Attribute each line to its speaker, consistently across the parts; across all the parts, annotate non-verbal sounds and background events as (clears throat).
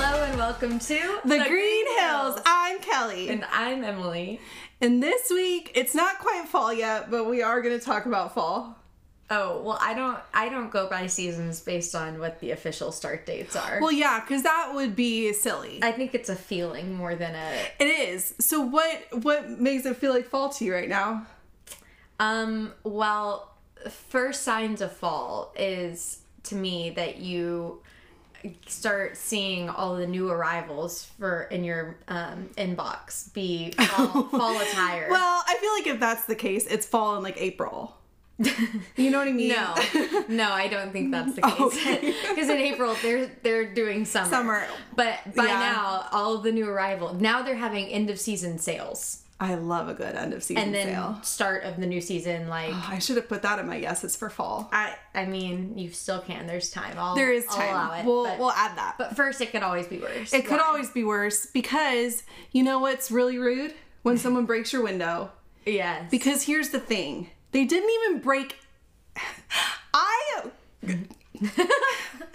Speaker 1: welcome to
Speaker 2: The, Green, Hills. I'm Kelly.
Speaker 1: And I'm Emily.
Speaker 2: and this week, it's not quite fall yet, but we are going to talk about fall.
Speaker 1: Oh, well I don't I don't go by seasons based on what the official start dates are.
Speaker 2: Well, yeah, because that would be silly.
Speaker 1: I think it's a feeling more than a
Speaker 2: it is. So what what makes it feel like fall to you right now?
Speaker 1: um well first signs of fall is to me that you start seeing all the new arrivals for in your um, inbox be
Speaker 2: (laughs)
Speaker 1: fall, fall attire.
Speaker 2: Well, I feel like if that's the case, it's fall in like
Speaker 1: (laughs)
Speaker 2: April. You know what I mean?
Speaker 1: No, no, I don't think that's
Speaker 2: (laughs)
Speaker 1: the case.
Speaker 2: Okay.
Speaker 1: (laughs) Because in April they're they're doing summer.
Speaker 2: Summer.
Speaker 1: But by
Speaker 2: Yeah.
Speaker 1: now, all of the new arrival now they're having end of season sales
Speaker 2: I love a good end of season
Speaker 1: and then
Speaker 2: sale.
Speaker 1: start of the new season.
Speaker 2: (gasps)
Speaker 1: Like
Speaker 2: I should have put that in my yeses for fall.
Speaker 1: I, I mean, you still can. There's time. I'll,
Speaker 2: There is
Speaker 1: I'll
Speaker 2: time.
Speaker 1: allow it,
Speaker 2: we'll
Speaker 1: but,
Speaker 2: we'll add that.
Speaker 1: but first, it could always be worse.
Speaker 2: It could always be worse because you know what's really rude? When someone breaks your window.
Speaker 1: yes.
Speaker 2: Because here's the thing they didn't even break. (sighs) I.
Speaker 1: car,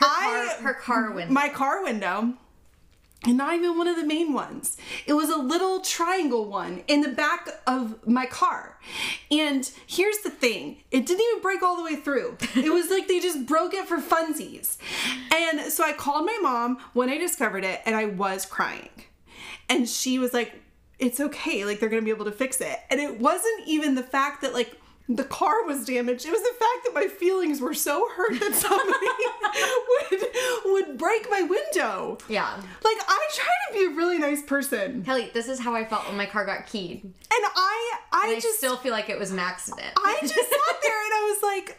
Speaker 2: I.
Speaker 1: her car window.
Speaker 2: My car window. And not even one of the main ones. It was a little triangle one in the back of my car. And here's the thing it didn't even break all the way through. It was like they just broke it for funsies. And so I called my mom when I discovered it, and I was crying. And she was like, it's okay, like they're gonna be able to fix it. And it wasn't even the fact that like the car was damaged. It was the fact that my feelings were so hurt that somebody (laughs) would would break my window.
Speaker 1: yeah.
Speaker 2: Like I try to be a really nice person. And
Speaker 1: Kelly, this is how I felt when my car got keyed. And
Speaker 2: I I
Speaker 1: I,
Speaker 2: just
Speaker 1: still feel like it was an accident.
Speaker 2: I just sat there and I was like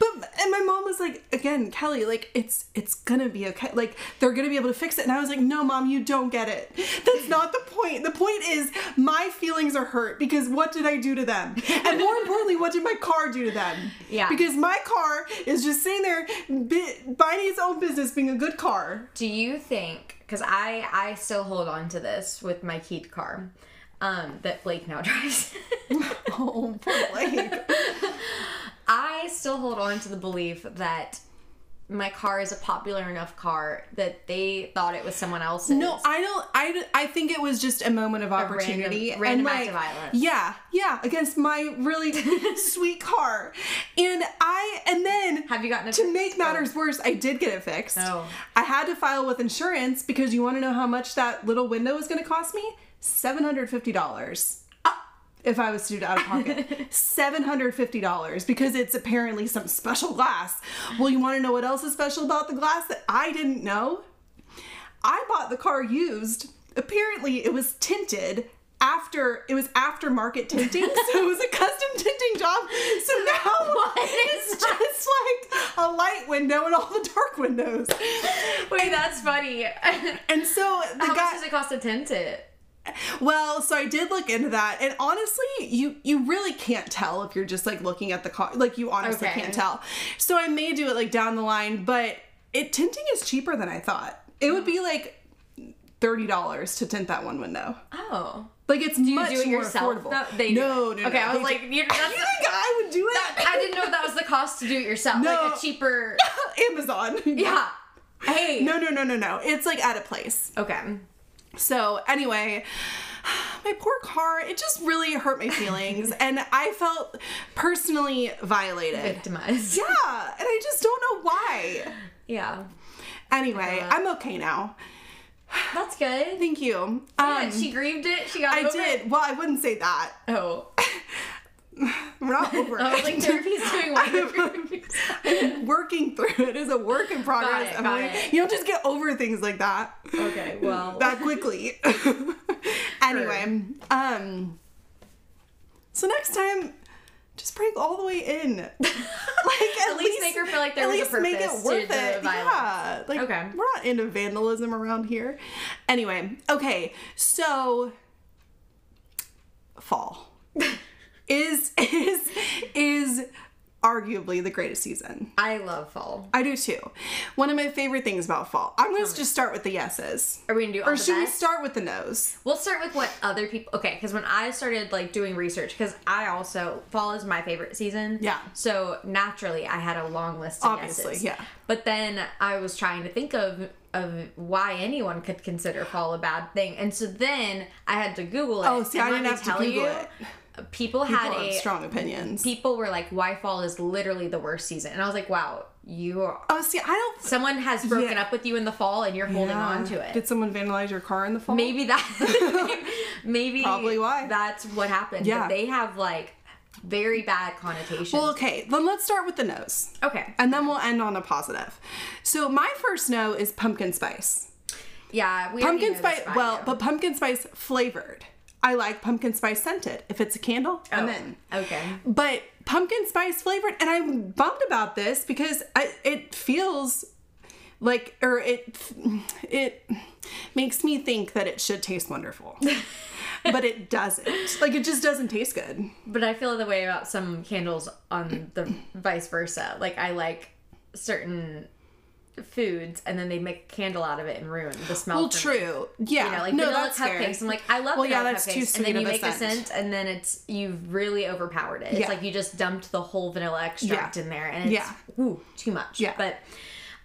Speaker 2: but and my mom was like again Kelly like it's it's gonna be okay like they're gonna be able to fix it and I was like no mom you don't get it that's not the point the point is my feelings are hurt because what did I do to them and more importantly what did my car do to them
Speaker 1: Yeah.
Speaker 2: because my car is just sitting there bi- minding its own business being a good car
Speaker 1: Do you think? Because I I still hold on to this with my keyed car, um, that Blake now (laughs)
Speaker 2: (laughs)
Speaker 1: drives.
Speaker 2: oh poor Blake
Speaker 1: I still hold on to the belief that my car is a popular enough car that they thought it was someone else's.
Speaker 2: No, I don't. I, I think it was just a moment of opportunity
Speaker 1: random- random
Speaker 2: and
Speaker 1: act
Speaker 2: like
Speaker 1: of violence.
Speaker 2: yeah, yeah, against my really
Speaker 1: (laughs)
Speaker 2: sweet car, and I and then
Speaker 1: Have you gotten it
Speaker 2: to
Speaker 1: fixed?
Speaker 2: make matters worse? I did get it fixed.
Speaker 1: Oh.
Speaker 2: I had to file with insurance because you want to know how much that little window was going to cost me? Seven hundred fifty dollars.
Speaker 1: Ah.
Speaker 2: If I was to do it out of pocket,
Speaker 1: (laughs)
Speaker 2: $750 because it's apparently some special glass. Well, you want to know what else is special about the glass that I didn't know? I bought the car used. Apparently, it was tinted after it was aftermarket tinting, (laughs) so it was a custom tinting job. So
Speaker 1: (laughs)
Speaker 2: now it's just like a light window and all the dark windows.
Speaker 1: Wait, that's (laughs) funny. How
Speaker 2: And so the
Speaker 1: much
Speaker 2: guy,
Speaker 1: does it cost to tint it?
Speaker 2: well, so I did look into that, and honestly, you you really can't tell if you're just like looking at the car. Like you honestly
Speaker 1: Okay.
Speaker 2: can't tell. So I may do it like down the line, but it tinting is cheaper than I thought. It
Speaker 1: Hmm.
Speaker 2: would be like thirty dollars to tint that one window.
Speaker 1: Oh,
Speaker 2: Like it's
Speaker 1: you
Speaker 2: much
Speaker 1: do it
Speaker 2: more
Speaker 1: yourself.
Speaker 2: affordable.
Speaker 1: though? They do
Speaker 2: no,
Speaker 1: it.
Speaker 2: no, no.
Speaker 1: Okay, I was
Speaker 2: They
Speaker 1: like,
Speaker 2: do-
Speaker 1: you,
Speaker 2: you
Speaker 1: that's,
Speaker 2: think I would do it?
Speaker 1: (laughs) I didn't know that was the cost to do it yourself.
Speaker 2: No.
Speaker 1: Like a cheaper.
Speaker 2: (laughs)
Speaker 1: (laughs)
Speaker 2: Amazon.
Speaker 1: Yeah. Hey.
Speaker 2: No, no, no, no, no. It's like at a place.
Speaker 1: Okay.
Speaker 2: So anyway, (sighs) my poor car. It just really hurt
Speaker 1: (laughs)
Speaker 2: my feelings, and I felt personally violated.
Speaker 1: Victimized.
Speaker 2: Yeah, and I just don't know why.
Speaker 1: Yeah.
Speaker 2: Anyway, I'm okay now.
Speaker 1: That's good.
Speaker 2: Thank you.
Speaker 1: Yeah,
Speaker 2: Um,
Speaker 1: she grieved it. She got
Speaker 2: I
Speaker 1: over it.
Speaker 2: did. Well, I wouldn't say that.
Speaker 1: Oh.
Speaker 2: We're
Speaker 1: (laughs)
Speaker 2: not over
Speaker 1: I was
Speaker 2: it.
Speaker 1: Oh,
Speaker 2: (laughs)
Speaker 1: like, therapy's doing one thing.
Speaker 2: working through it is a work in progress.
Speaker 1: it,
Speaker 2: I'm
Speaker 1: got
Speaker 2: like,
Speaker 1: it.
Speaker 2: You don't just get over things like that
Speaker 1: Okay, well.
Speaker 2: that quickly. (laughs) anyway, um, so next time, just break all the
Speaker 1: (laughs)
Speaker 2: way in. Like at,
Speaker 1: least make her feel like there
Speaker 2: at
Speaker 1: was a
Speaker 2: least make
Speaker 1: purpose
Speaker 2: it
Speaker 1: to
Speaker 2: worth
Speaker 1: the
Speaker 2: it. Yeah,
Speaker 1: violence.
Speaker 2: like
Speaker 1: Okay.
Speaker 2: we're not into vandalism around here. Anyway, okay, so
Speaker 1: (laughs)
Speaker 2: fall is is is arguably the greatest season.
Speaker 1: I love fall.
Speaker 2: I do too. One of my favorite things about fall. I'm going to just start with the yeses.
Speaker 1: Are we gonna do all
Speaker 2: Or
Speaker 1: the
Speaker 2: should we
Speaker 1: best?
Speaker 2: start with the no's?
Speaker 1: We'll start with what other people. Okay, because when I started like doing research, because I also fall is my favorite season.
Speaker 2: Yeah.
Speaker 1: So naturally, I had a long list. Of
Speaker 2: Obviously,
Speaker 1: yeses.
Speaker 2: yeah.
Speaker 1: But then I was trying to think of of why anyone could consider fall a bad thing, and so then I had to Google it.
Speaker 2: Oh, see,
Speaker 1: And
Speaker 2: I
Speaker 1: let
Speaker 2: didn't
Speaker 1: me
Speaker 2: have to
Speaker 1: tell
Speaker 2: Google
Speaker 1: you,
Speaker 2: it.
Speaker 1: People had
Speaker 2: People have
Speaker 1: a
Speaker 2: strong opinions.
Speaker 1: people were like, "Why fall is literally the worst season," and I was like, "Wow, you are."
Speaker 2: oh, see, I don't.
Speaker 1: Someone has broken
Speaker 2: Yeah.
Speaker 1: up with you in the fall, and you're holding on to it.
Speaker 2: Did someone vandalize your car in the fall?
Speaker 1: Maybe that. (laughs) maybe
Speaker 2: Probably why.
Speaker 1: that's what happened.
Speaker 2: Yeah.
Speaker 1: But they have like very bad connotations.
Speaker 2: Well, okay, then let's start with the no's.
Speaker 1: okay.
Speaker 2: And then we'll end on a positive. So my first no is pumpkin spice.
Speaker 1: Yeah, we already
Speaker 2: Pumpkin
Speaker 1: know this
Speaker 2: spice,
Speaker 1: by
Speaker 2: well,
Speaker 1: now.
Speaker 2: but pumpkin spice flavored. I like pumpkin spice scented. If it's a candle, I'm
Speaker 1: Oh,
Speaker 2: in.
Speaker 1: Okay.
Speaker 2: But pumpkin spice flavored, and I'm bummed about this because I, it feels like, or it, it makes me think that it should taste
Speaker 1: (laughs)
Speaker 2: wonderful, but it doesn't. Like it just doesn't taste good.
Speaker 1: But I feel the way about some candles on the vice versa. Like I like certain foods and then they make a candle out of it and ruin the smell.
Speaker 2: Well,
Speaker 1: for me.
Speaker 2: true. Yeah.
Speaker 1: You know, like
Speaker 2: no,
Speaker 1: vanilla
Speaker 2: that's fair.
Speaker 1: cupcakes. I'm like, I love
Speaker 2: Well, yeah,
Speaker 1: vanilla
Speaker 2: that's
Speaker 1: cupcakes.
Speaker 2: too
Speaker 1: and
Speaker 2: sweet
Speaker 1: then
Speaker 2: of
Speaker 1: you
Speaker 2: a
Speaker 1: make a
Speaker 2: scent.
Speaker 1: scent and then it's you've really overpowered it. It's
Speaker 2: Yeah.
Speaker 1: like you just dumped the whole vanilla extract
Speaker 2: Yeah.
Speaker 1: in there and it's
Speaker 2: Yeah.
Speaker 1: ooh, too much.
Speaker 2: Yeah.
Speaker 1: But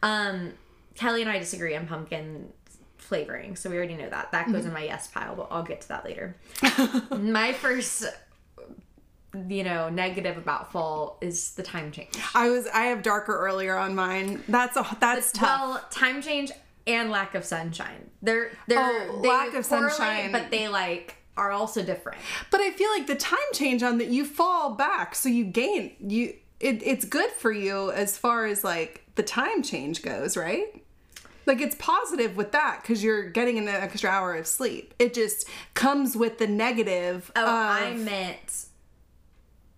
Speaker 1: um Kelly and I disagree on pumpkin flavoring, so we already know that. That
Speaker 2: Mm-hmm.
Speaker 1: goes in my yes pile, but I'll get to that
Speaker 2: (laughs)
Speaker 1: later. my first you know, negative about fall is the time change.
Speaker 2: I was I have darker earlier on mine. That's a that's tough.
Speaker 1: Well, time change and lack of sunshine. They're they're
Speaker 2: Oh,
Speaker 1: they
Speaker 2: lack of
Speaker 1: correlate,
Speaker 2: sunshine.
Speaker 1: but they like are also different.
Speaker 2: But I feel like the time change on that you fall back, so you gain you it, it's good for you as far as like the time change goes, right? Like it's positive with that because you're getting an extra hour of sleep. It just comes with the negative.
Speaker 1: Oh,
Speaker 2: of-
Speaker 1: I meant.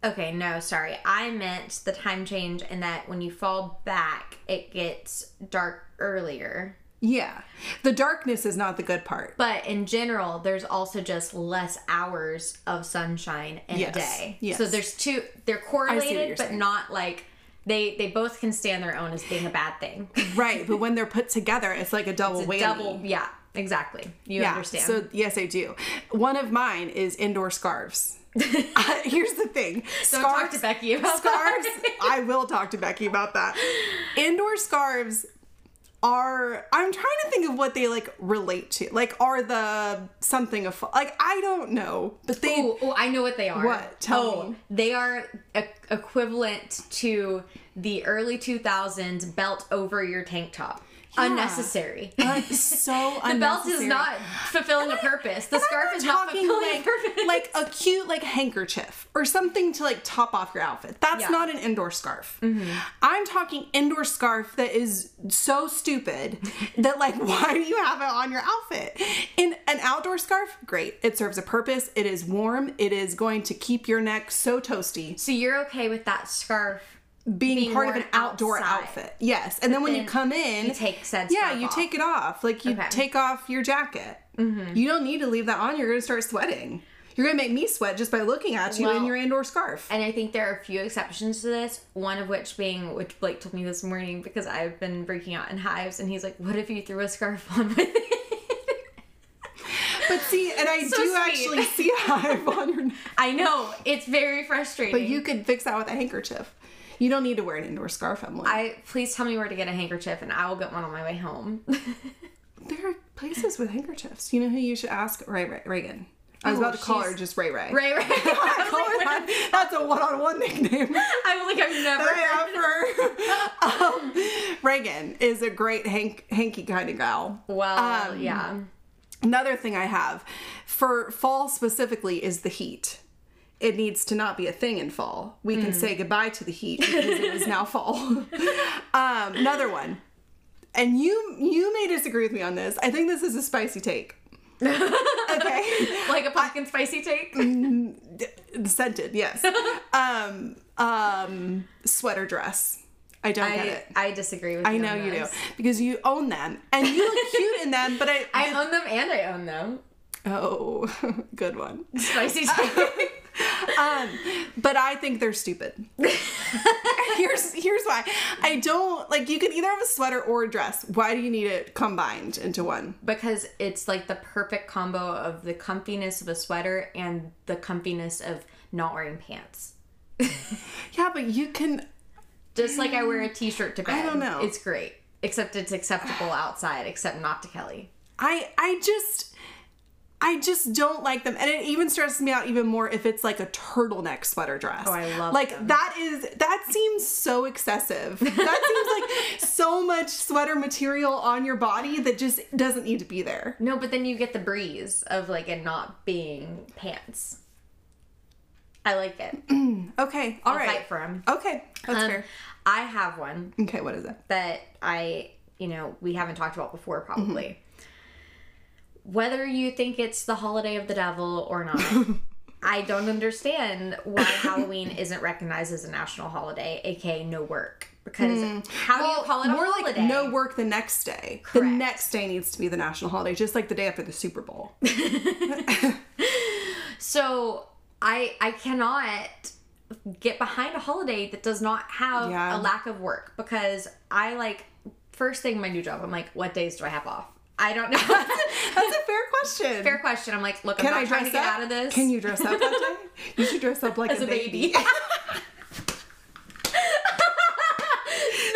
Speaker 1: Okay, no, sorry. I meant the time change and that when you fall back, it gets dark earlier.
Speaker 2: yeah. The darkness is not the good part.
Speaker 1: But in general, there's also just less hours of sunshine in
Speaker 2: Yes,
Speaker 1: a day.
Speaker 2: yes.
Speaker 1: So there's two. They're
Speaker 2: you're
Speaker 1: correlated, but
Speaker 2: saying.
Speaker 1: not like they they both can stand their own as being a bad thing.
Speaker 2: (laughs) right, but when they're put together, it's like a double
Speaker 1: It's a
Speaker 2: whammy.
Speaker 1: double. Yeah, exactly. You understand.
Speaker 2: So yes, I do. One of mine is
Speaker 1: (laughs)
Speaker 2: indoor scarves. (laughs) Uh, here's the thing.
Speaker 1: Don't
Speaker 2: scarves,
Speaker 1: talk to Becky about (laughs)
Speaker 2: scarves.
Speaker 1: that.
Speaker 2: (laughs) I will talk to Becky about that. Indoor scarves are I'm trying to think of what they like relate to. Like are the something of like I don't know, but they
Speaker 1: Oh, oh, I know what they are.
Speaker 2: What? Tell
Speaker 1: oh,
Speaker 2: me.
Speaker 1: they are e- equivalent to the early 2000s belt over your tank top.
Speaker 2: (laughs)
Speaker 1: Unnecessary.
Speaker 2: Like, so
Speaker 1: (laughs) the belt is
Speaker 2: unnecessary.
Speaker 1: not fulfilling a purpose. The
Speaker 2: And I'm
Speaker 1: scarf is not
Speaker 2: talking,
Speaker 1: fulfilling a
Speaker 2: like,
Speaker 1: purpose.
Speaker 2: (laughs) like a cute like handkerchief or something to like top off your outfit. That's
Speaker 1: Yeah. Mm-hmm.
Speaker 2: not an indoor scarf. I'm talking indoor scarf that is
Speaker 1: (laughs)
Speaker 2: so stupid that like why do you have it on your outfit? In an outdoor scarf, great. It serves a purpose. It is warm. It is going to keep your neck so toasty.
Speaker 1: so you're okay with that scarf?
Speaker 2: Being,
Speaker 1: Being
Speaker 2: part of
Speaker 1: worn
Speaker 2: an outdoor
Speaker 1: outside.
Speaker 2: outfit. Yes. And then when you
Speaker 1: then
Speaker 2: come in,
Speaker 1: you take said
Speaker 2: Yeah,
Speaker 1: scarf
Speaker 2: you
Speaker 1: off.
Speaker 2: take it off. Like you
Speaker 1: Okay. Mm-hmm.
Speaker 2: take off your jacket. You don't need to leave that on. You're going to start sweating. You're going to make me sweat just by looking at you in
Speaker 1: Well,
Speaker 2: your indoor scarf.
Speaker 1: And I think there are a few exceptions to this. One of which being, which Blake told me this morning because I've been breaking out in hives, and he's like, "What if you threw a scarf on (laughs) with it?"
Speaker 2: but see, and I
Speaker 1: (laughs) So
Speaker 2: do
Speaker 1: sweet.
Speaker 2: actually see
Speaker 1: (laughs)
Speaker 2: a hive on your neck.
Speaker 1: I know it's very frustrating.
Speaker 2: But you could fix that with a handkerchief. You don't need to wear an indoor scarf, Emily.
Speaker 1: I please tell me where to get a handkerchief and I will get one on my way home. (laughs)
Speaker 2: there are places with handkerchiefs. You know who you should ask? Ray Ray Reagan. I was
Speaker 1: Oh,
Speaker 2: about to call her
Speaker 1: she's-
Speaker 2: just Ray Ray.
Speaker 1: right, right.
Speaker 2: (laughs) I call
Speaker 1: (laughs)
Speaker 2: her
Speaker 1: I
Speaker 2: that. That's a one-on-one nickname.
Speaker 1: am like I've never heard.
Speaker 2: I have her. (laughs) um, Reagan is a great hank- hanky kind of gal.
Speaker 1: Well, yeah.
Speaker 2: Um, Another thing I have for fall specifically is the heat. It needs to not be a thing in fall. We can say goodbye to the heat because it is now fall. (laughs) um, another one, and you you may disagree with me on this. I think this is a spicy take. okay,
Speaker 1: Like a pumpkin spicy
Speaker 2: (laughs)
Speaker 1: take. (laughs)
Speaker 2: Mm, scented, yes. Um, um, sweater dress. I don't get
Speaker 1: I,
Speaker 2: it.
Speaker 1: I disagree with
Speaker 2: I
Speaker 1: you.
Speaker 2: know
Speaker 1: on
Speaker 2: you do
Speaker 1: this.
Speaker 2: because you own them and you look cute in them. But (laughs) I,
Speaker 1: (laughs) I own them and I own them.
Speaker 2: oh, (laughs) good one. (laughs)
Speaker 1: Spicy take.
Speaker 2: Um, but I think they're (laughs) stupid. here's here's why. I don't like you could either have a sweater or a dress. Why do you need it combined into one?
Speaker 1: because it's like the perfect combo of the comfiness of a sweater and the comfiness of not wearing pants.
Speaker 2: Yeah, but you can
Speaker 1: Just like I wear a t-shirt to bed.
Speaker 2: Mm. don't know.
Speaker 1: It's great. Except it's acceptable outside, except not to Kelly.
Speaker 2: I I just I just don't like them, and it even stresses me out even more if it's like a turtleneck sweater dress. Oh,
Speaker 1: I love
Speaker 2: like
Speaker 1: them.
Speaker 2: that is that seems
Speaker 1: (laughs)
Speaker 2: so excessive. That seems like so much sweater material on your body that just doesn't need to be there.
Speaker 1: No, but then you get the breeze of like it not being pants. I like it.
Speaker 2: Okay, all right.
Speaker 1: Fight for him.
Speaker 2: Okay, that's
Speaker 1: Um,
Speaker 2: fair.
Speaker 1: I have one
Speaker 2: Okay, what is it?
Speaker 1: that I, you know, we haven't talked about before probably.
Speaker 2: Mm-hmm.
Speaker 1: Whether you think it's the holiday of the devil or not,
Speaker 2: (laughs)
Speaker 1: I don't understand why Halloween isn't recognized as a national holiday, aka no work. Because how do you call it a
Speaker 2: Mm. More
Speaker 1: holiday?
Speaker 2: like no work the next day. The
Speaker 1: Correct.
Speaker 2: next day needs to be the national holiday, just like the day after the Super Bowl.
Speaker 1: So I I cannot get behind a holiday that does not have
Speaker 2: Yeah.
Speaker 1: a lack of work because I like first thing my new job. I'm like, what days do I have off? I don't know. (laughs)
Speaker 2: That's a fair question.
Speaker 1: Fair question. I'm like, look, I'm
Speaker 2: Can
Speaker 1: not
Speaker 2: I
Speaker 1: trying to
Speaker 2: dress
Speaker 1: get
Speaker 2: up?
Speaker 1: out of this.
Speaker 2: Can you dress up that day?
Speaker 1: (laughs)
Speaker 2: You should dress up like
Speaker 1: as a
Speaker 2: (laughs)
Speaker 1: baby? (laughs) no,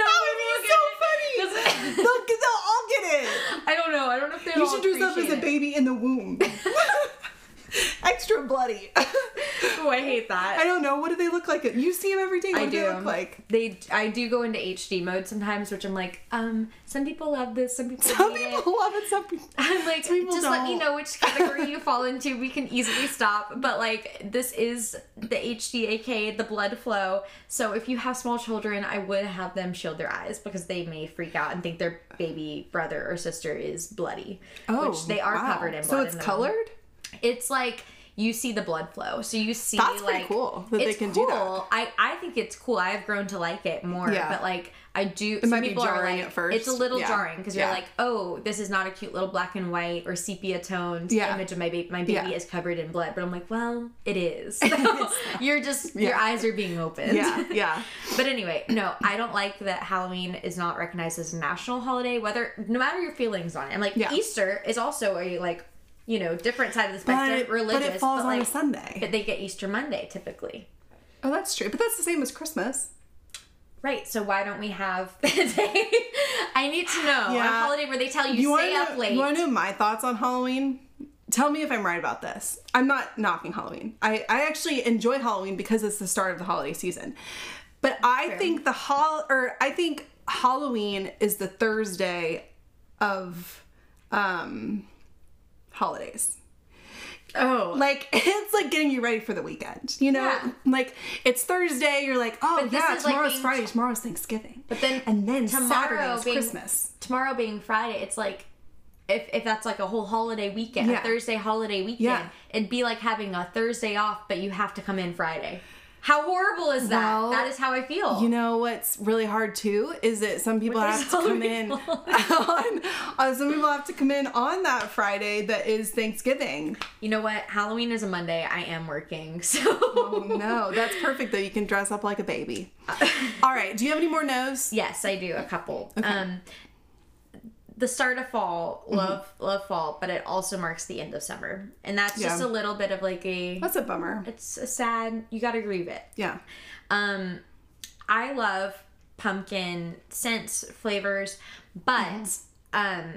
Speaker 2: That would be so funny.
Speaker 1: Doesn't-
Speaker 2: They'll, they'll all get it.
Speaker 1: I don't know. I don't know if they.
Speaker 2: You should dress up as a baby in the womb. (laughs) Extra
Speaker 1: (laughs)
Speaker 2: bloody.
Speaker 1: Oh, I hate that.
Speaker 2: I don't know. What do they look like? You see them every day. What
Speaker 1: I
Speaker 2: do,
Speaker 1: do.
Speaker 2: they look like?
Speaker 1: They, I do go into HD mode sometimes, which I'm like, um, some people love this, some people
Speaker 2: Some
Speaker 1: hate it.
Speaker 2: people love it. Some people.
Speaker 1: I'm like,
Speaker 2: Some people
Speaker 1: just let me
Speaker 2: don't.
Speaker 1: know which category you fall into. We can easily stop. But like, this is the HDAK, the blood flow. So if you have small children, I would have them shield their eyes because they may freak out and think their baby brother or sister is bloody.
Speaker 2: (laughs)
Speaker 1: which Oh, they are
Speaker 2: Oh, wow.
Speaker 1: covered in blood.
Speaker 2: So
Speaker 1: in
Speaker 2: it's
Speaker 1: them.
Speaker 2: colored.
Speaker 1: It's like you see the blood flow. So you see
Speaker 2: That's pretty
Speaker 1: like
Speaker 2: cool that they
Speaker 1: it's
Speaker 2: can do that.
Speaker 1: cool. I I think it's cool. I've grown to like it more.
Speaker 2: Yeah.
Speaker 1: But like I do. It
Speaker 2: might be jarring
Speaker 1: like,
Speaker 2: at first.
Speaker 1: It's a little
Speaker 2: Yeah.
Speaker 1: jarring because you're
Speaker 2: Yeah.
Speaker 1: like, oh, this is not a cute little black and white or sepia toned
Speaker 2: Yeah.
Speaker 1: image of my baby. My baby
Speaker 2: Yeah.
Speaker 1: is covered in blood. But I'm like, well, it
Speaker 2: (laughs)
Speaker 1: is. (laughs) you're just your
Speaker 2: Yeah.
Speaker 1: eyes are being opened. (laughs)
Speaker 2: Yeah, yeah.
Speaker 1: But anyway, no, I don't like that Halloween is not recognized as a national holiday, whether no matter your feelings on it. And like
Speaker 2: Yeah.
Speaker 1: Easter is also a like, you know, different side of the spectrum,
Speaker 2: But,
Speaker 1: religious.
Speaker 2: but it falls on
Speaker 1: like,
Speaker 2: a Sunday.
Speaker 1: But they get Easter Monday typically.
Speaker 2: Oh, that's true. But that's the same as Christmas.
Speaker 1: Right, so why don't we have (laughs) the day? I need to know
Speaker 2: Yeah.
Speaker 1: a holiday where they tell you,
Speaker 2: wanna
Speaker 1: stay
Speaker 2: know,
Speaker 1: up late.
Speaker 2: You want to know my thoughts on Halloween? Tell me if I'm right about this. I'm not knocking Halloween. I, I actually enjoy Halloween because it's the start of the holiday season. But I think the hol or I think Halloween is the Thursday of um holidays.
Speaker 1: oh,
Speaker 2: Like (laughs) it's like getting you ready for the weekend. You know?
Speaker 1: Yeah.
Speaker 2: Like it's Thursday, you're like, oh
Speaker 1: But this
Speaker 2: yeah,
Speaker 1: is like
Speaker 2: tomorrow's
Speaker 1: being-
Speaker 2: Friday, tomorrow's Thanksgiving.
Speaker 1: But then
Speaker 2: and then Saturday
Speaker 1: tomorrow
Speaker 2: is
Speaker 1: being-
Speaker 2: Christmas.
Speaker 1: tomorrow being Friday, it's like if if that's like a whole holiday weekend,
Speaker 2: Yeah.
Speaker 1: a Thursday holiday weekend,
Speaker 2: Yeah.
Speaker 1: it'd be like having a Thursday off, but you have to come in Friday. How horrible is that?
Speaker 2: Well,
Speaker 1: that is how I feel.
Speaker 2: You know what's really hard too is that some people
Speaker 1: There's
Speaker 2: have to
Speaker 1: (laughs)
Speaker 2: come in (laughs)
Speaker 1: other people.
Speaker 2: on, uh, some people have to come in on that Friday that is
Speaker 1: (laughs)
Speaker 2: Thanksgiving.
Speaker 1: You know what? Halloween is a Monday. I am working, (laughs) so
Speaker 2: Oh, (laughs) No, that's perfect though. You can dress up like
Speaker 1: (laughs)
Speaker 2: a baby. All right. Do you have any more no's?
Speaker 1: yes, I do a couple. Um, the start of fall,
Speaker 2: Mm-hmm.
Speaker 1: love love fall, but it also marks the end of summer, and that's just
Speaker 2: Yeah.
Speaker 1: a little bit of like a.
Speaker 2: That's a bummer.
Speaker 1: It's a sad. You got to grieve it.
Speaker 2: Yeah. (laughs)
Speaker 1: Um, I love pumpkin scents, flavors, but
Speaker 2: Mm-hmm.
Speaker 1: um,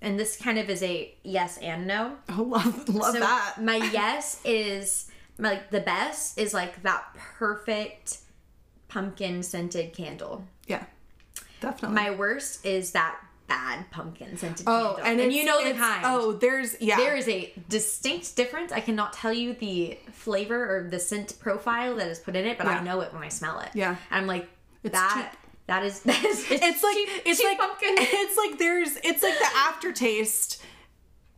Speaker 1: and this kind of is a yes and no.
Speaker 2: Oh, love love
Speaker 1: So
Speaker 2: that.
Speaker 1: (laughs) my yes is my, like the best is like that perfect pumpkin scented candle.
Speaker 2: Yeah. Definitely.
Speaker 1: My worst is that bad pumpkin scented
Speaker 2: oh,
Speaker 1: candle,
Speaker 2: and, it's,
Speaker 1: you know the
Speaker 2: it's-
Speaker 1: kind.
Speaker 2: Oh, there's yeah.
Speaker 1: There is a distinct difference. I cannot tell you the flavor or the scent profile that is put in it, but
Speaker 2: Yeah.
Speaker 1: I know it when I smell it.
Speaker 2: Yeah.
Speaker 1: I'm like that. That is (laughs) that is it's,
Speaker 2: it's like
Speaker 1: cheap-
Speaker 2: it's
Speaker 1: cheap
Speaker 2: like
Speaker 1: pumpkin.
Speaker 2: it's like there's it's like the aftertaste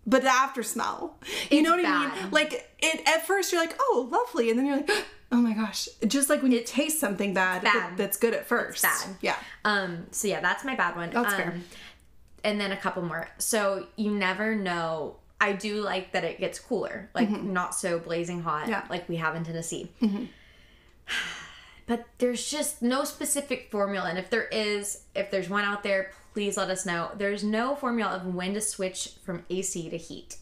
Speaker 2: but the after smell you know what
Speaker 1: It's
Speaker 2: i mean
Speaker 1: bad.
Speaker 2: like it at first you're like oh lovely and then you're like (gasps) oh my gosh just like when you taste something bad,
Speaker 1: bad.
Speaker 2: that- that's good at first
Speaker 1: bad.
Speaker 2: yeah
Speaker 1: Um. So yeah, that's my bad one.
Speaker 2: That's
Speaker 1: um,
Speaker 2: fair.
Speaker 1: And then a couple more. So you never know. I do like that it gets cooler, like not so blazing hot,
Speaker 2: Mm-hmm. Yeah. Mm-hmm.
Speaker 1: like we have in Tennessee. (sighs) But there's just no specific formula, and if there is, if there's one out there, please let us know. There's no formula of when to switch from AC to heat.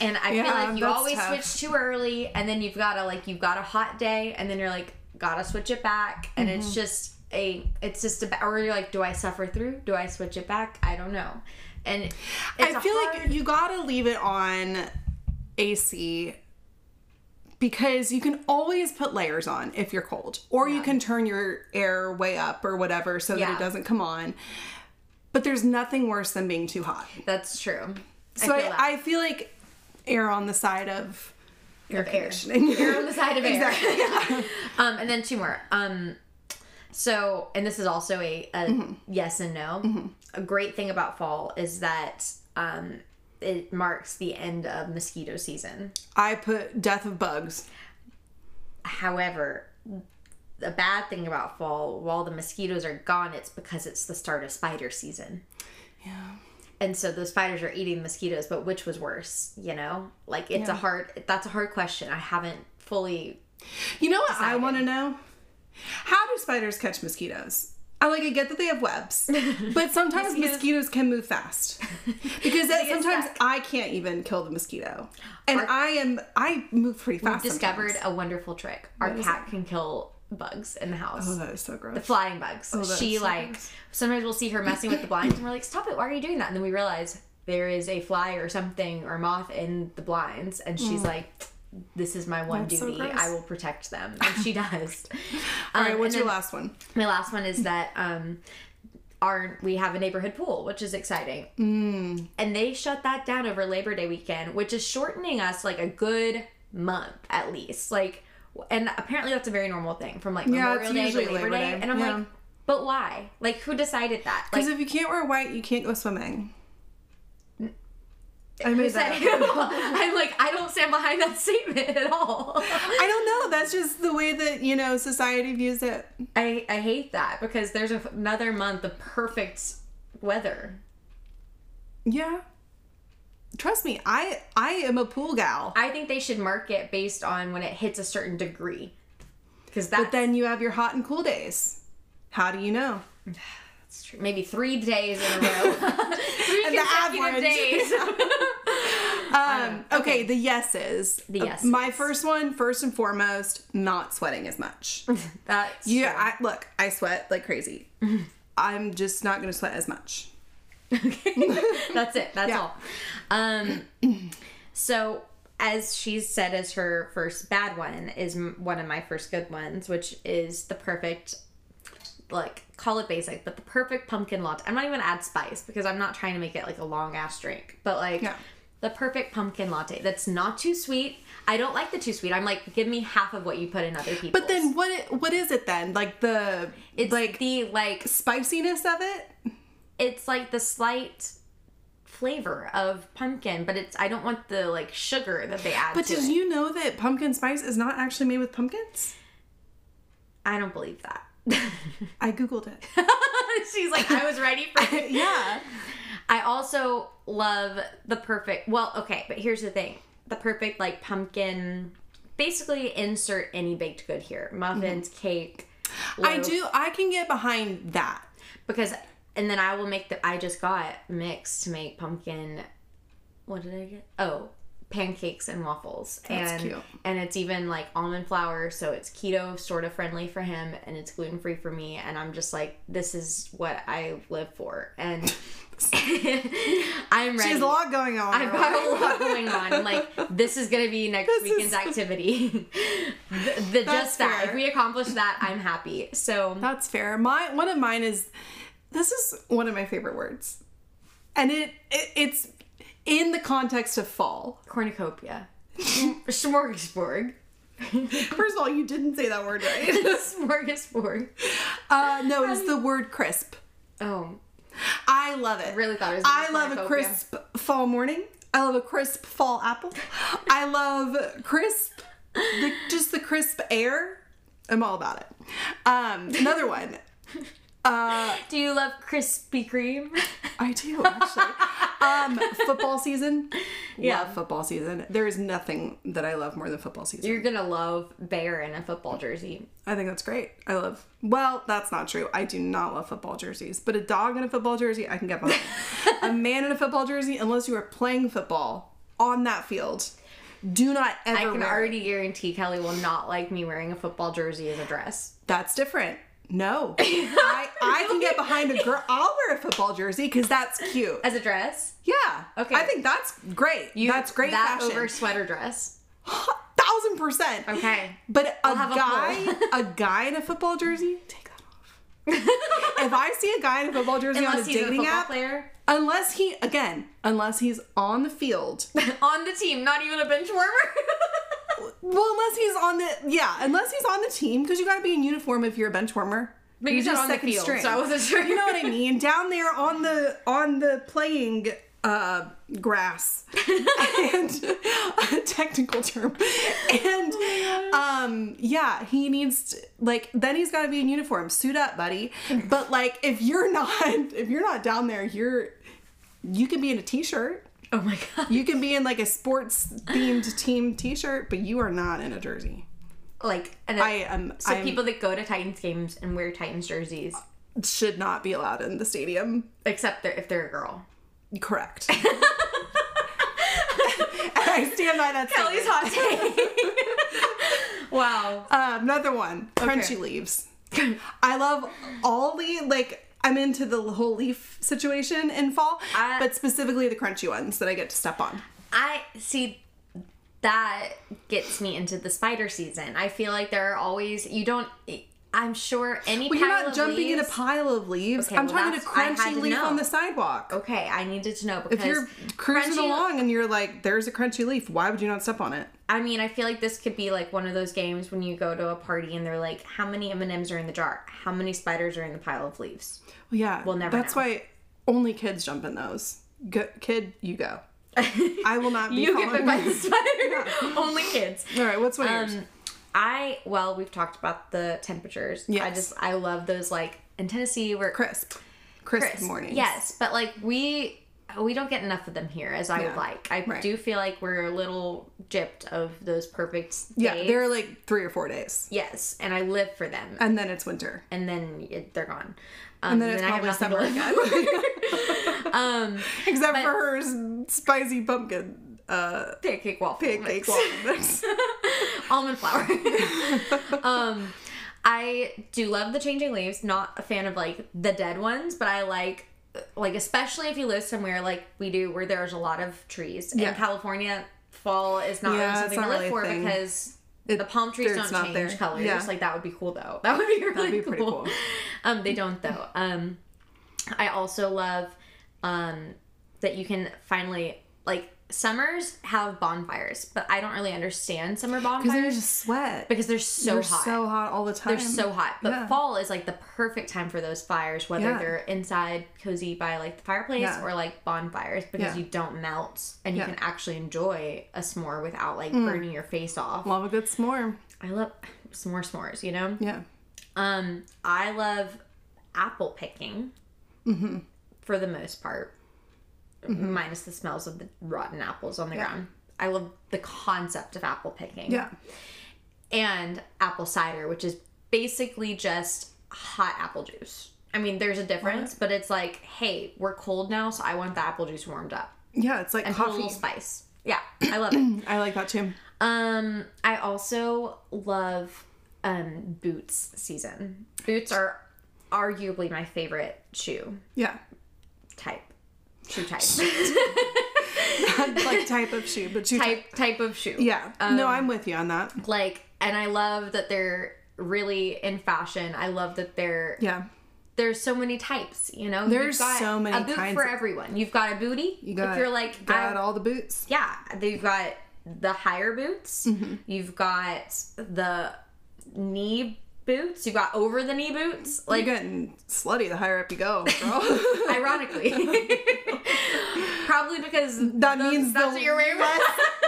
Speaker 1: And I feel
Speaker 2: Yeah,
Speaker 1: like you
Speaker 2: that's
Speaker 1: always
Speaker 2: tough.
Speaker 1: switch too early, and then you've got to like you've got a hot day, and then you're like gotta switch it back, and it's
Speaker 2: Mm-hmm.
Speaker 1: just a it's just a or you're like, do I suffer through? Do I switch it back? I don't know. And it's
Speaker 2: I feel like you gotta leave it on AC because you can always put layers on if you're cold, or you can turn your air way up or whatever so that
Speaker 1: Yeah.
Speaker 2: it doesn't come on. But there's nothing worse than being too hot.
Speaker 1: that's true.
Speaker 2: So I,
Speaker 1: feel that.
Speaker 2: I feel like air on the side of air
Speaker 1: air.
Speaker 2: conditioning.
Speaker 1: You're on the side of (laughs) air.
Speaker 2: (laughs)
Speaker 1: um, and then two more. Um, so, and this is also a, a
Speaker 2: Mm-hmm.
Speaker 1: yes and no. A great thing about fall is that um, it marks the end of mosquito season.
Speaker 2: I put death of bugs.
Speaker 1: However, the bad thing about fall, while the mosquitoes are gone, it's because it's the start of spider season.
Speaker 2: Yeah.
Speaker 1: And so those spiders are eating mosquitoes, but which was worse? You know, like it's a hard. That's a hard question. I haven't fully
Speaker 2: You know what I want to know? How do spiders catch mosquitoes? I like I get that they
Speaker 1: (laughs)
Speaker 2: have webs, but sometimes mosquitoes, can move fast
Speaker 1: (laughs)
Speaker 2: because that, sometimes I can't even kill the mosquito, and I am I move pretty fast.
Speaker 1: discovered
Speaker 2: sometimes.
Speaker 1: a wonderful trick. Our cat can kill bugs in the house.
Speaker 2: Oh, that is so gross.
Speaker 1: Flying bugs.
Speaker 2: that
Speaker 1: she
Speaker 2: is Oh, so
Speaker 1: like sometimes we'll see her messing with the blinds and we're like, "Stop it! Why are you doing that?" And then we realize there is a fly or something or moth in the blinds, and she's like, "This is my one
Speaker 2: Mm. That's so
Speaker 1: duty.
Speaker 2: gross.
Speaker 1: I will protect them." And she (laughs) does.
Speaker 2: All
Speaker 1: Um,
Speaker 2: right, what's
Speaker 1: and
Speaker 2: your
Speaker 1: then
Speaker 2: last one?
Speaker 1: My last one is that um, our we have a neighborhood pool, which is exciting, mm. and they shut that down over Labor Day weekend, which is shortening us like a good month at least. Like, and apparently that's a very normal thing from like
Speaker 2: Yeah, it's
Speaker 1: Memorial Day to
Speaker 2: usually
Speaker 1: Labor,
Speaker 2: Labor
Speaker 1: Day.
Speaker 2: Day,
Speaker 1: and I'm
Speaker 2: yeah.
Speaker 1: like, but why? Like, who decided that? Like,
Speaker 2: Because if you can't wear white, you can't go swimming. I
Speaker 1: who
Speaker 2: made
Speaker 1: said
Speaker 2: that. up.
Speaker 1: (laughs) I'm like, I don't stand behind that (laughs) statement at all.
Speaker 2: I don't know. That's just the way that you know society views it.
Speaker 1: I, I hate that because there's a, another month of perfect weather.
Speaker 2: Yeah. Trust me, I I am a pool gal.
Speaker 1: I think they should mark it based on when it hits a certain degree. Because that,
Speaker 2: But then you have your hot and cool days. How do you know?
Speaker 1: that's true. Maybe three days in a
Speaker 2: (laughs)
Speaker 1: row. three
Speaker 2: And the
Speaker 1: consecutive
Speaker 2: average. (laughs)
Speaker 1: days.
Speaker 2: Um, okay, the yeses.
Speaker 1: The
Speaker 2: Uh,
Speaker 1: yeses.
Speaker 2: My first one, first and foremost, not sweating as much. (laughs)
Speaker 1: that's
Speaker 2: yeah, I, look, I sweat like (laughs) crazy. I'm just not going to sweat as much.
Speaker 1: (laughs)
Speaker 2: (laughs)
Speaker 1: that's it. That's
Speaker 2: Yeah.
Speaker 1: all. Um, so as she's said, as her first bad one is m- one of my first good ones, which is the perfect, like call it basic, but the perfect pumpkin latte. I'm not even gonna add spice because I'm not trying to make it like a long ass drink, but like.
Speaker 2: Yeah.
Speaker 1: The perfect pumpkin latte that's not too sweet. I don't like the too sweet. I'm like, give me half of what you put in other people's.
Speaker 2: But then what what is it then? Like the
Speaker 1: it's
Speaker 2: like
Speaker 1: like the like
Speaker 2: spiciness of it?
Speaker 1: it's like the slight flavor of pumpkin, but it's I don't want the like sugar that they add.
Speaker 2: But
Speaker 1: to
Speaker 2: did
Speaker 1: it.
Speaker 2: you know that pumpkin spice is not actually made with pumpkins?
Speaker 1: I don't believe that. (laughs)
Speaker 2: I googled it.
Speaker 1: She's like, I was ready for it.
Speaker 2: (laughs) yeah.
Speaker 1: I also love the perfect. Well, okay, but here's the thing: the perfect like pumpkin. Basically, insert any baked good here: muffins,
Speaker 2: Mm-hmm.
Speaker 1: cake.
Speaker 2: (laughs) I
Speaker 1: loaf,
Speaker 2: do I can get behind that.
Speaker 1: because, and then I will make the. I just got mix to make pumpkin. What did I get? Oh, pancakes and waffles. and,
Speaker 2: That's cute.
Speaker 1: And it's even like almond flour, so it's keto sort of friendly for him, and it's gluten free for me. And I'm just like, this is what I live for,
Speaker 2: (laughs)
Speaker 1: and I'm ready.
Speaker 2: There's a lot going on.
Speaker 1: I've got a lot going on. I'm like, this is gonna be next weekend's activity. (laughs) the, the- just that.
Speaker 2: fair.
Speaker 1: If we accomplish that, I'm happy. So
Speaker 2: That's fair. My one of mine is this is one of my favorite words, and it, it it's in the context of fall.
Speaker 1: (laughs) cornucopia, (laughs) smorgasbord,
Speaker 2: First of all, you didn't say that word right.
Speaker 1: smorgasbord.
Speaker 2: Uh, no, it's the word crisp.
Speaker 1: Oh,
Speaker 2: I love it.
Speaker 1: really thought it was.
Speaker 2: I love a
Speaker 1: cornucopia.
Speaker 2: crisp fall morning. I love a crisp fall apple. I love crisp, the, just the crisp air. I'm all about it. Um, another one. Uh,
Speaker 1: Do you love Krispy Kreme?
Speaker 2: I do actually. Um, football season.
Speaker 1: Yeah.
Speaker 2: Love football season. There is nothing that I love more than football
Speaker 1: (laughs)
Speaker 2: season.
Speaker 1: You're gonna love Bear in a football jersey.
Speaker 2: I think that's great. I love. Well, that's not true. I do not love football jerseys, but a dog in a football jersey, I can
Speaker 1: (laughs)
Speaker 2: get behind. a man in a football jersey, unless you are playing football on that field, do not ever.
Speaker 1: I can
Speaker 2: wear it.
Speaker 1: already guarantee Kelly will not like me wearing a football jersey as a dress.
Speaker 2: That's different. No,
Speaker 1: (laughs)
Speaker 2: I, I can get behind a girl. I'll wear a football jersey because that's cute.
Speaker 1: As a dress?
Speaker 2: Yeah.
Speaker 1: Uh, Okay.
Speaker 2: I think that's great.
Speaker 1: You-
Speaker 2: that's great
Speaker 1: That
Speaker 2: fashion.
Speaker 1: over sweater (laughs) dress.
Speaker 2: Thousand percent.
Speaker 1: Okay.
Speaker 2: But a
Speaker 1: have a
Speaker 2: guy, a, guy in a football jersey, take that off. if I see a guy in a football jersey on a
Speaker 1: Unless he's a
Speaker 2: dating
Speaker 1: football
Speaker 2: app,
Speaker 1: player
Speaker 2: unless he again, unless he's on the field,
Speaker 1: (laughs) on the team, not even a bench (laughs) warmer.
Speaker 2: well, unless he's on the yeah, unless he's on the team because you got to be in uniform if you're a bench warmer.
Speaker 1: but you
Speaker 2: You're
Speaker 1: said
Speaker 2: just
Speaker 1: on the
Speaker 2: second
Speaker 1: field,
Speaker 2: string.
Speaker 1: so I wasn't sure.
Speaker 2: you know
Speaker 1: (laughs)
Speaker 2: what I mean? Down there on the on the playing uh grass and (laughs) a technical term. And
Speaker 1: Oh
Speaker 2: um yeah, he needs to, like then he's gotta be in uniform. Suit up, buddy. But like if you're not (laughs) if you're not down there, you're you can be in a t-shirt.
Speaker 1: Oh my god.
Speaker 2: You can be in like a sports themed team t-shirt, but you are not in a jersey.
Speaker 1: Like and
Speaker 2: I am
Speaker 1: so
Speaker 2: I
Speaker 1: people that go to Titans games and wear Titans jerseys,
Speaker 2: should not be allowed in the stadium.
Speaker 1: except they're, if they're a girl. (laughs)
Speaker 2: Correct. I stand by that.
Speaker 1: Kelly's
Speaker 2: statement.
Speaker 1: hot (laughs)
Speaker 2: (laughs)
Speaker 1: take. wow.
Speaker 2: Uh, another one. Crunchy
Speaker 1: Okay.
Speaker 2: leaves. I love all the like. I'm into the whole leaf situation in fall,
Speaker 1: I-
Speaker 2: but specifically the crunchy ones that I get to step on.
Speaker 1: I see that gets me into the spider season. I feel like there are always you don't. I'm sure any.
Speaker 2: But
Speaker 1: pile
Speaker 2: you're not
Speaker 1: of
Speaker 2: jumping in a
Speaker 1: leaves-
Speaker 2: pile of leaves.
Speaker 1: Okay,
Speaker 2: I'm
Speaker 1: well,
Speaker 2: talking a
Speaker 1: that's- I had
Speaker 2: crunchy
Speaker 1: to
Speaker 2: leaf
Speaker 1: know.
Speaker 2: on the sidewalk.
Speaker 1: Okay, I needed to know because
Speaker 2: If you're cruising
Speaker 1: crunchy-
Speaker 2: along and you're like, "There's a crunchy leaf," why would you not step on it?
Speaker 1: I mean, I feel like this could be like one of those games when you go to a party and they're like, "How many M and M's are in the jar? How many spiders are in the pile of leaves?"
Speaker 2: Well, yeah,
Speaker 1: We'll never
Speaker 2: That's
Speaker 1: know.
Speaker 2: why only kids jump in those. Go, kid,
Speaker 1: (laughs)
Speaker 2: you go. I will not be.
Speaker 1: you get
Speaker 2: following-
Speaker 1: bit
Speaker 2: (laughs)
Speaker 1: by the spider. (laughs) Only kids.
Speaker 2: All right, what's one of yours?
Speaker 1: Um, I well, we've talked about the temperatures. I
Speaker 2: Yes.
Speaker 1: just I love those like in Tennessee where
Speaker 2: crisp, crisp,
Speaker 1: crisp.
Speaker 2: mornings.
Speaker 1: Yes, but like we we don't get enough of them here as I
Speaker 2: Yeah,
Speaker 1: would like. I
Speaker 2: right.
Speaker 1: do feel like we're a little gypped of those perfect days.
Speaker 2: Yeah, they're like three or four days,
Speaker 1: yes, and I live for them.
Speaker 2: and then it's winter,
Speaker 1: And then it, they're gone. Um, and
Speaker 2: then it's probably summer
Speaker 1: nothing to
Speaker 2: again,
Speaker 1: live for. (laughs)
Speaker 2: (laughs)
Speaker 1: um,
Speaker 2: except for her s- spicy pumpkin uh,
Speaker 1: (laughs) pancake waffle.
Speaker 2: pancake
Speaker 1: mix. (laughs)
Speaker 2: waffles.
Speaker 1: almond flour. (laughs) um, I do love the changing leaves. Not a fan of like the dead ones, but I like like especially if you live somewhere like we do where there's a lot of trees.
Speaker 2: Yeah.
Speaker 1: In California, fall is not really
Speaker 2: Yeah, it's
Speaker 1: something
Speaker 2: not
Speaker 1: to live
Speaker 2: really a
Speaker 1: for
Speaker 2: thing.
Speaker 1: because
Speaker 2: It-
Speaker 1: the palm trees
Speaker 2: it's
Speaker 1: don't
Speaker 2: not
Speaker 1: change
Speaker 2: there.
Speaker 1: colors.
Speaker 2: Yeah.
Speaker 1: Like that would be cool though. (laughs) That would be really
Speaker 2: be pretty cool.
Speaker 1: um, they don't though. Um, I also love um, that you can finally like summers have bonfires, but I don't really understand summer bonfires
Speaker 2: Because there's just sweat.
Speaker 1: because they're so
Speaker 2: they're
Speaker 1: hot.
Speaker 2: so hot all the time.
Speaker 1: they're so hot. But
Speaker 2: Yeah.
Speaker 1: fall is like the perfect time for those fires, whether
Speaker 2: Yeah.
Speaker 1: they're inside, cozy by like the fireplace,
Speaker 2: Yeah.
Speaker 1: or like bonfires, because
Speaker 2: Yeah.
Speaker 1: you don't melt and
Speaker 2: Yeah. Mm.
Speaker 1: you can actually enjoy a s'more without like burning your face off.
Speaker 2: Love a good s'more.
Speaker 1: I love s'more s'mores, you know.
Speaker 2: Yeah.
Speaker 1: Um, I love apple picking
Speaker 2: Mm-hmm.
Speaker 1: for the most part, minus the smells of the rotten apples on the ground. I love the concept of apple picking
Speaker 2: Yeah.
Speaker 1: and apple cider, which is basically just hot apple juice. I mean, there's a difference, but it's like, hey, we're cold now, so I want the apple juice warmed up
Speaker 2: Yeah, it's like
Speaker 1: and put a
Speaker 2: coffee.
Speaker 1: little spice. Yeah, I love
Speaker 2: (clears throat)
Speaker 1: it.
Speaker 2: I like that too.
Speaker 1: Um, I also love um boots season. Boots are arguably my favorite shoe (laughs)
Speaker 2: Yeah.
Speaker 1: type. Shoe
Speaker 2: (laughs)
Speaker 1: type.
Speaker 2: like type of shoe, but shoe type.
Speaker 1: type type of shoe.
Speaker 2: Yeah.
Speaker 1: Um,
Speaker 2: no, I'm with you on that.
Speaker 1: Like and I love that they're really in fashion. I love that they're
Speaker 2: Yeah.
Speaker 1: there's so many types, you know.
Speaker 2: There's
Speaker 1: You've got
Speaker 2: so many
Speaker 1: a boot
Speaker 2: kinds
Speaker 1: for
Speaker 2: of-
Speaker 1: everyone. You've got a booty.
Speaker 2: You got.
Speaker 1: if you're like,
Speaker 2: got
Speaker 1: I,
Speaker 2: all the boots.
Speaker 1: yeah, they've got the higher boots.
Speaker 2: Mm-hmm.
Speaker 1: You've got the knee boots. You've got over the knee boots.
Speaker 2: (laughs)
Speaker 1: Like
Speaker 2: You're getting slutty the higher up you (laughs) go, girl.
Speaker 1: ironically, (laughs) probably because
Speaker 2: That
Speaker 1: those-
Speaker 2: means
Speaker 1: that's
Speaker 2: the
Speaker 1: what you're wearing.
Speaker 2: less,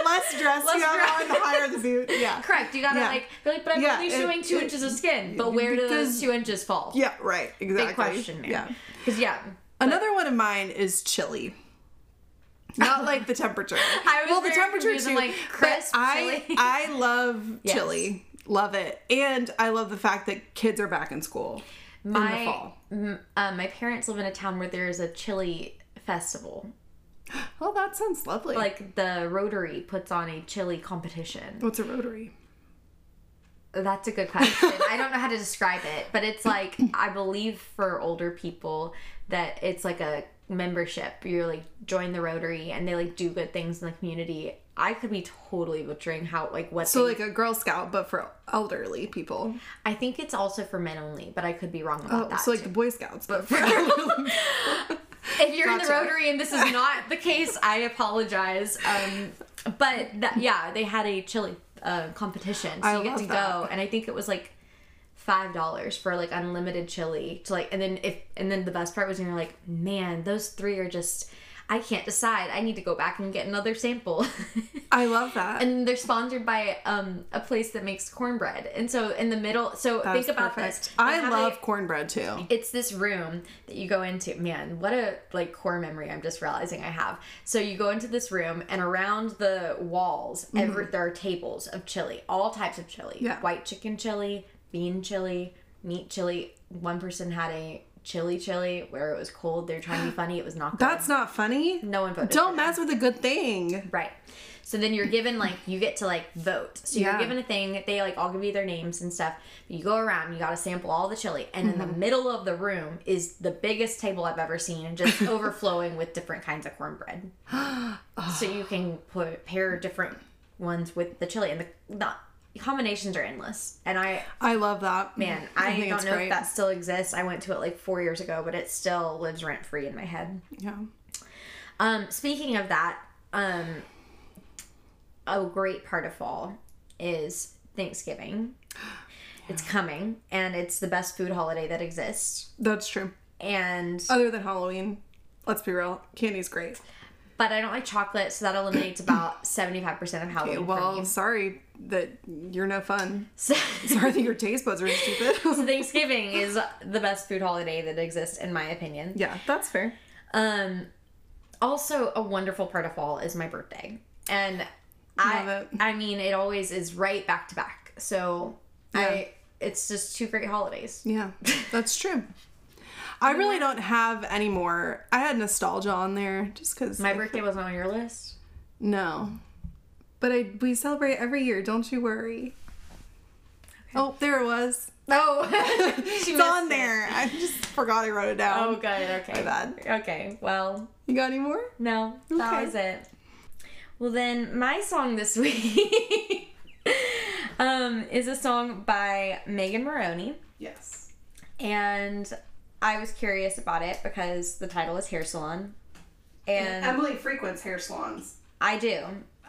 Speaker 2: less
Speaker 1: (laughs)
Speaker 2: dress
Speaker 1: Less
Speaker 2: you have
Speaker 1: dress.
Speaker 2: on, the higher the boot.
Speaker 1: (laughs)
Speaker 2: Yeah.
Speaker 1: Correct. You gotta
Speaker 2: Yeah.
Speaker 1: like be like, but I'm
Speaker 2: Yeah,
Speaker 1: only
Speaker 2: it-
Speaker 1: showing two
Speaker 2: it-
Speaker 1: inches of skin. But where do
Speaker 2: because-
Speaker 1: those two inches fall?
Speaker 2: Yeah. Right. Exactly.
Speaker 1: Big question mark.
Speaker 2: Yeah.
Speaker 1: Because yeah,
Speaker 2: Another one of mine is chili.
Speaker 1: (laughs)
Speaker 2: Not like the temperature.
Speaker 1: I was
Speaker 2: well, the
Speaker 1: very
Speaker 2: temperature
Speaker 1: confused.
Speaker 2: too.
Speaker 1: I'm like,
Speaker 2: but
Speaker 1: crisp
Speaker 2: I
Speaker 1: chili. (laughs)
Speaker 2: I love
Speaker 1: Yes.
Speaker 2: chili. Love it. And I love the fact that kids are back in school in the
Speaker 1: My
Speaker 2: fall.
Speaker 1: m- uh, my parents live in a town where there is a chili festival.
Speaker 2: Oh, that sounds lovely.
Speaker 1: Like the Rotary puts on a chili competition.
Speaker 2: what's a rotary?
Speaker 1: That's a good question. I don't know how to describe it, but it's like I believe for older people that it's like a membership. You're like join the Rotary and they like do good things in the community. I could be totally butchering how like what.
Speaker 2: So
Speaker 1: they,
Speaker 2: like a Girl Scout, but for elderly people.
Speaker 1: I think it's also for men only, but I could be wrong about
Speaker 2: Oh,
Speaker 1: that.
Speaker 2: so like the Boy Scouts,
Speaker 1: (laughs)
Speaker 2: but for elderly.
Speaker 1: if you're in the
Speaker 2: Gotcha.
Speaker 1: Rotary and this
Speaker 2: (laughs)
Speaker 1: is not the case, I apologize. Um, but that, yeah, they had a chili uh, competition, so
Speaker 2: I
Speaker 1: you get
Speaker 2: love
Speaker 1: to go,
Speaker 2: that.
Speaker 1: and I think it was like five dollars for like unlimited chili to like, and then if and then the best part was when you're like, man, those three are just. I can't decide. I need to go back and get another sample.
Speaker 2: (laughs)
Speaker 1: (laughs)
Speaker 2: I love that.
Speaker 1: and they're sponsored by um, a place that makes cornbread. And so in the middle, so
Speaker 2: That
Speaker 1: think
Speaker 2: is
Speaker 1: about
Speaker 2: perfect.
Speaker 1: this. They
Speaker 2: I
Speaker 1: have a-
Speaker 2: love cornbread too.
Speaker 1: it's this room that you go into man what a like core memory i'm just realizing i have so you go into this room and around the walls every, there are tables of chili all types of chili
Speaker 2: Yeah.
Speaker 1: white chicken chili bean chili meat chili one person had a chili chili where it was cold they were trying to be funny it was not good
Speaker 2: That's not funny.
Speaker 1: no one voted
Speaker 2: Don't
Speaker 1: for that.
Speaker 2: mess with a good thing.
Speaker 1: Right. So then you're given like you get to like vote. So you're
Speaker 2: Yeah.
Speaker 1: given a thing. They like all give you their names and stuff. But you go around. You got to sample all the chili. And in
Speaker 2: Mm-hmm.
Speaker 1: the middle of the room is the biggest table I've ever seen, and
Speaker 2: (laughs)
Speaker 1: just overflowing with different kinds of
Speaker 2: (gasps)
Speaker 1: cornbread. so you can put pair different ones with the chili, and the, the combinations are endless. And I
Speaker 2: I love that.
Speaker 1: man, I,
Speaker 2: think
Speaker 1: don't
Speaker 2: it's
Speaker 1: know
Speaker 2: great.
Speaker 1: if that still exists. I went to it like four years ago, but it still lives rent free in my head.
Speaker 2: Yeah.
Speaker 1: Um, speaking of that, um, a great part of fall is Thanksgiving. It's coming, and it's the best food holiday that exists.
Speaker 2: That's true.
Speaker 1: And
Speaker 2: Other than Halloween, let's be real, candy's great.
Speaker 1: but I don't like chocolate, so that eliminates about seventy five percent of Halloween for
Speaker 2: (laughs) Well,
Speaker 1: me.
Speaker 2: sorry that you're no fun.
Speaker 1: (laughs)
Speaker 2: (laughs)
Speaker 1: So,
Speaker 2: Sorry that your taste buds
Speaker 1: (laughs)
Speaker 2: are stupid. (laughs)
Speaker 1: Thanksgiving is the best food holiday that exists, in my opinion.
Speaker 2: yeah, that's fair.
Speaker 1: Um, also, a wonderful part of fall is my birthday, and I,
Speaker 2: Love it.
Speaker 1: I mean, it always is right back to back. So
Speaker 2: Yeah.
Speaker 1: I, it's just two great holidays.
Speaker 2: Yeah, that's true. I really don't have any more. I had nostalgia on there just because
Speaker 1: My birthday wasn't on your list.
Speaker 2: No, but I we celebrate every year. Don't you worry. Oh, there
Speaker 1: (laughs)
Speaker 2: it was.
Speaker 1: No,
Speaker 2: Oh. It's on there. I just forgot I wrote it down.
Speaker 1: Oh, good. Okay.
Speaker 2: My bad.
Speaker 1: Okay. Well,
Speaker 2: You got any more?
Speaker 1: no, that
Speaker 2: Okay.
Speaker 1: was it. Well, then my song this (laughs) week um, is a song by Megan Maroney.
Speaker 2: Yes.
Speaker 1: and I was curious about it because the title is Hair Salon, and
Speaker 2: Emily frequents hair salons.
Speaker 1: I do.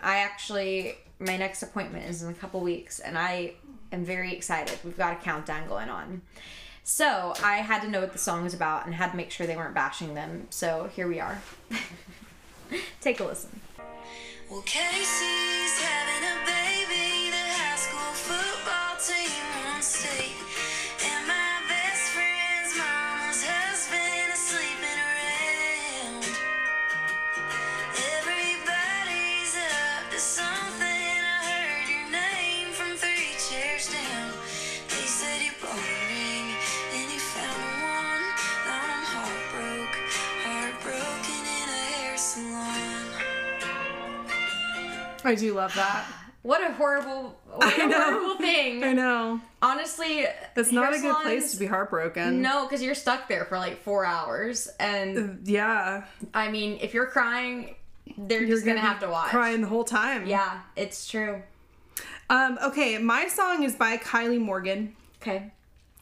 Speaker 1: I actually my next appointment is in a couple weeks, and I am very excited. We've got a countdown going on, so I had to know what the song was about and had to make sure they weren't bashing them. So here we are. (laughs) Take a listen.
Speaker 3: Well, Casey's having a baby. The high school football team won't state. And my best friend's mama's husband is sleeping around. Everybody's up to something. I heard your name from three chairs down. They said you bought a ring and you found the one. Now I'm heartbroken, heartbroken in a hair salon.
Speaker 2: I do love that.
Speaker 1: What a horrible, what a
Speaker 2: know.
Speaker 1: horrible
Speaker 2: I
Speaker 1: thing.
Speaker 2: know.
Speaker 1: Honestly,
Speaker 2: It's not a good place
Speaker 1: be.
Speaker 2: to be heartbroken.
Speaker 1: No, because you're stuck there for like four hours, and
Speaker 2: Yeah.
Speaker 1: I mean, if you're crying, they're
Speaker 2: You're
Speaker 1: just gonna,
Speaker 2: be
Speaker 1: have to watch.
Speaker 2: Crying the whole time.
Speaker 1: Yeah, it's true.
Speaker 2: Um, okay, my song is by Kylie Morgan.
Speaker 1: Okay,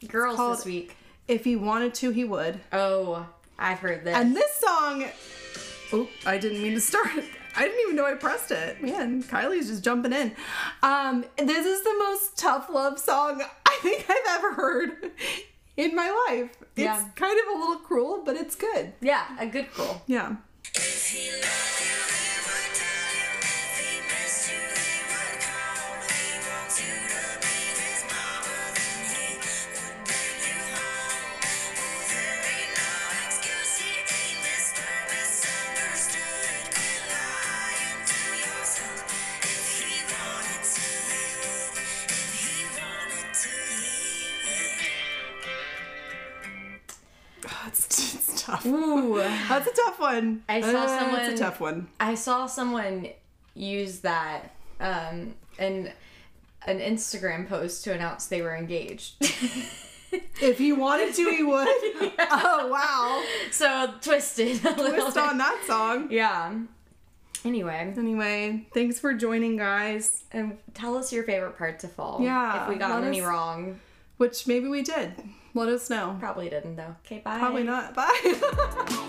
Speaker 1: girls
Speaker 2: called-
Speaker 1: this week.
Speaker 2: If he wanted to, he would.
Speaker 1: Oh, I've heard this.
Speaker 2: And this song. Oh, I didn't mean to start. I didn't even know I pressed it. Man, Kylie's just jumping in. Um, this is the most tough love song I think I've ever heard in my life. It's
Speaker 1: Yeah.
Speaker 2: kind of a little cruel, but it's good.
Speaker 1: yeah, a good girl.
Speaker 2: Yeah. (sighs)
Speaker 3: If he loved you, he would tell you. If he missed you, he would call. He wants you to be his mama, then he would bring you home. Oh, there ain't no excuse. He ain't misunderstood. Good love.
Speaker 2: tough.
Speaker 1: Ooh.
Speaker 2: That's a tough one.
Speaker 1: I saw
Speaker 2: That's
Speaker 1: someone-
Speaker 2: a tough one.
Speaker 1: I saw someone use that um, in an Instagram post to announce they were
Speaker 2: (laughs)
Speaker 1: engaged.
Speaker 2: If he wanted to, he would.
Speaker 1: (laughs)
Speaker 2: Oh wow!
Speaker 1: so twisted. A little
Speaker 2: Twist on that song.
Speaker 1: Yeah. Anyway,
Speaker 2: Anyway, thanks for joining, guys.
Speaker 1: and tell us your favorite parts of fall.
Speaker 2: Yeah,
Speaker 1: If we got
Speaker 2: let
Speaker 1: any
Speaker 2: us-
Speaker 1: wrong,
Speaker 2: Which maybe we did. Let us know.
Speaker 1: probably didn't though. Okay, bye.
Speaker 2: Probably not. Bye. (laughs)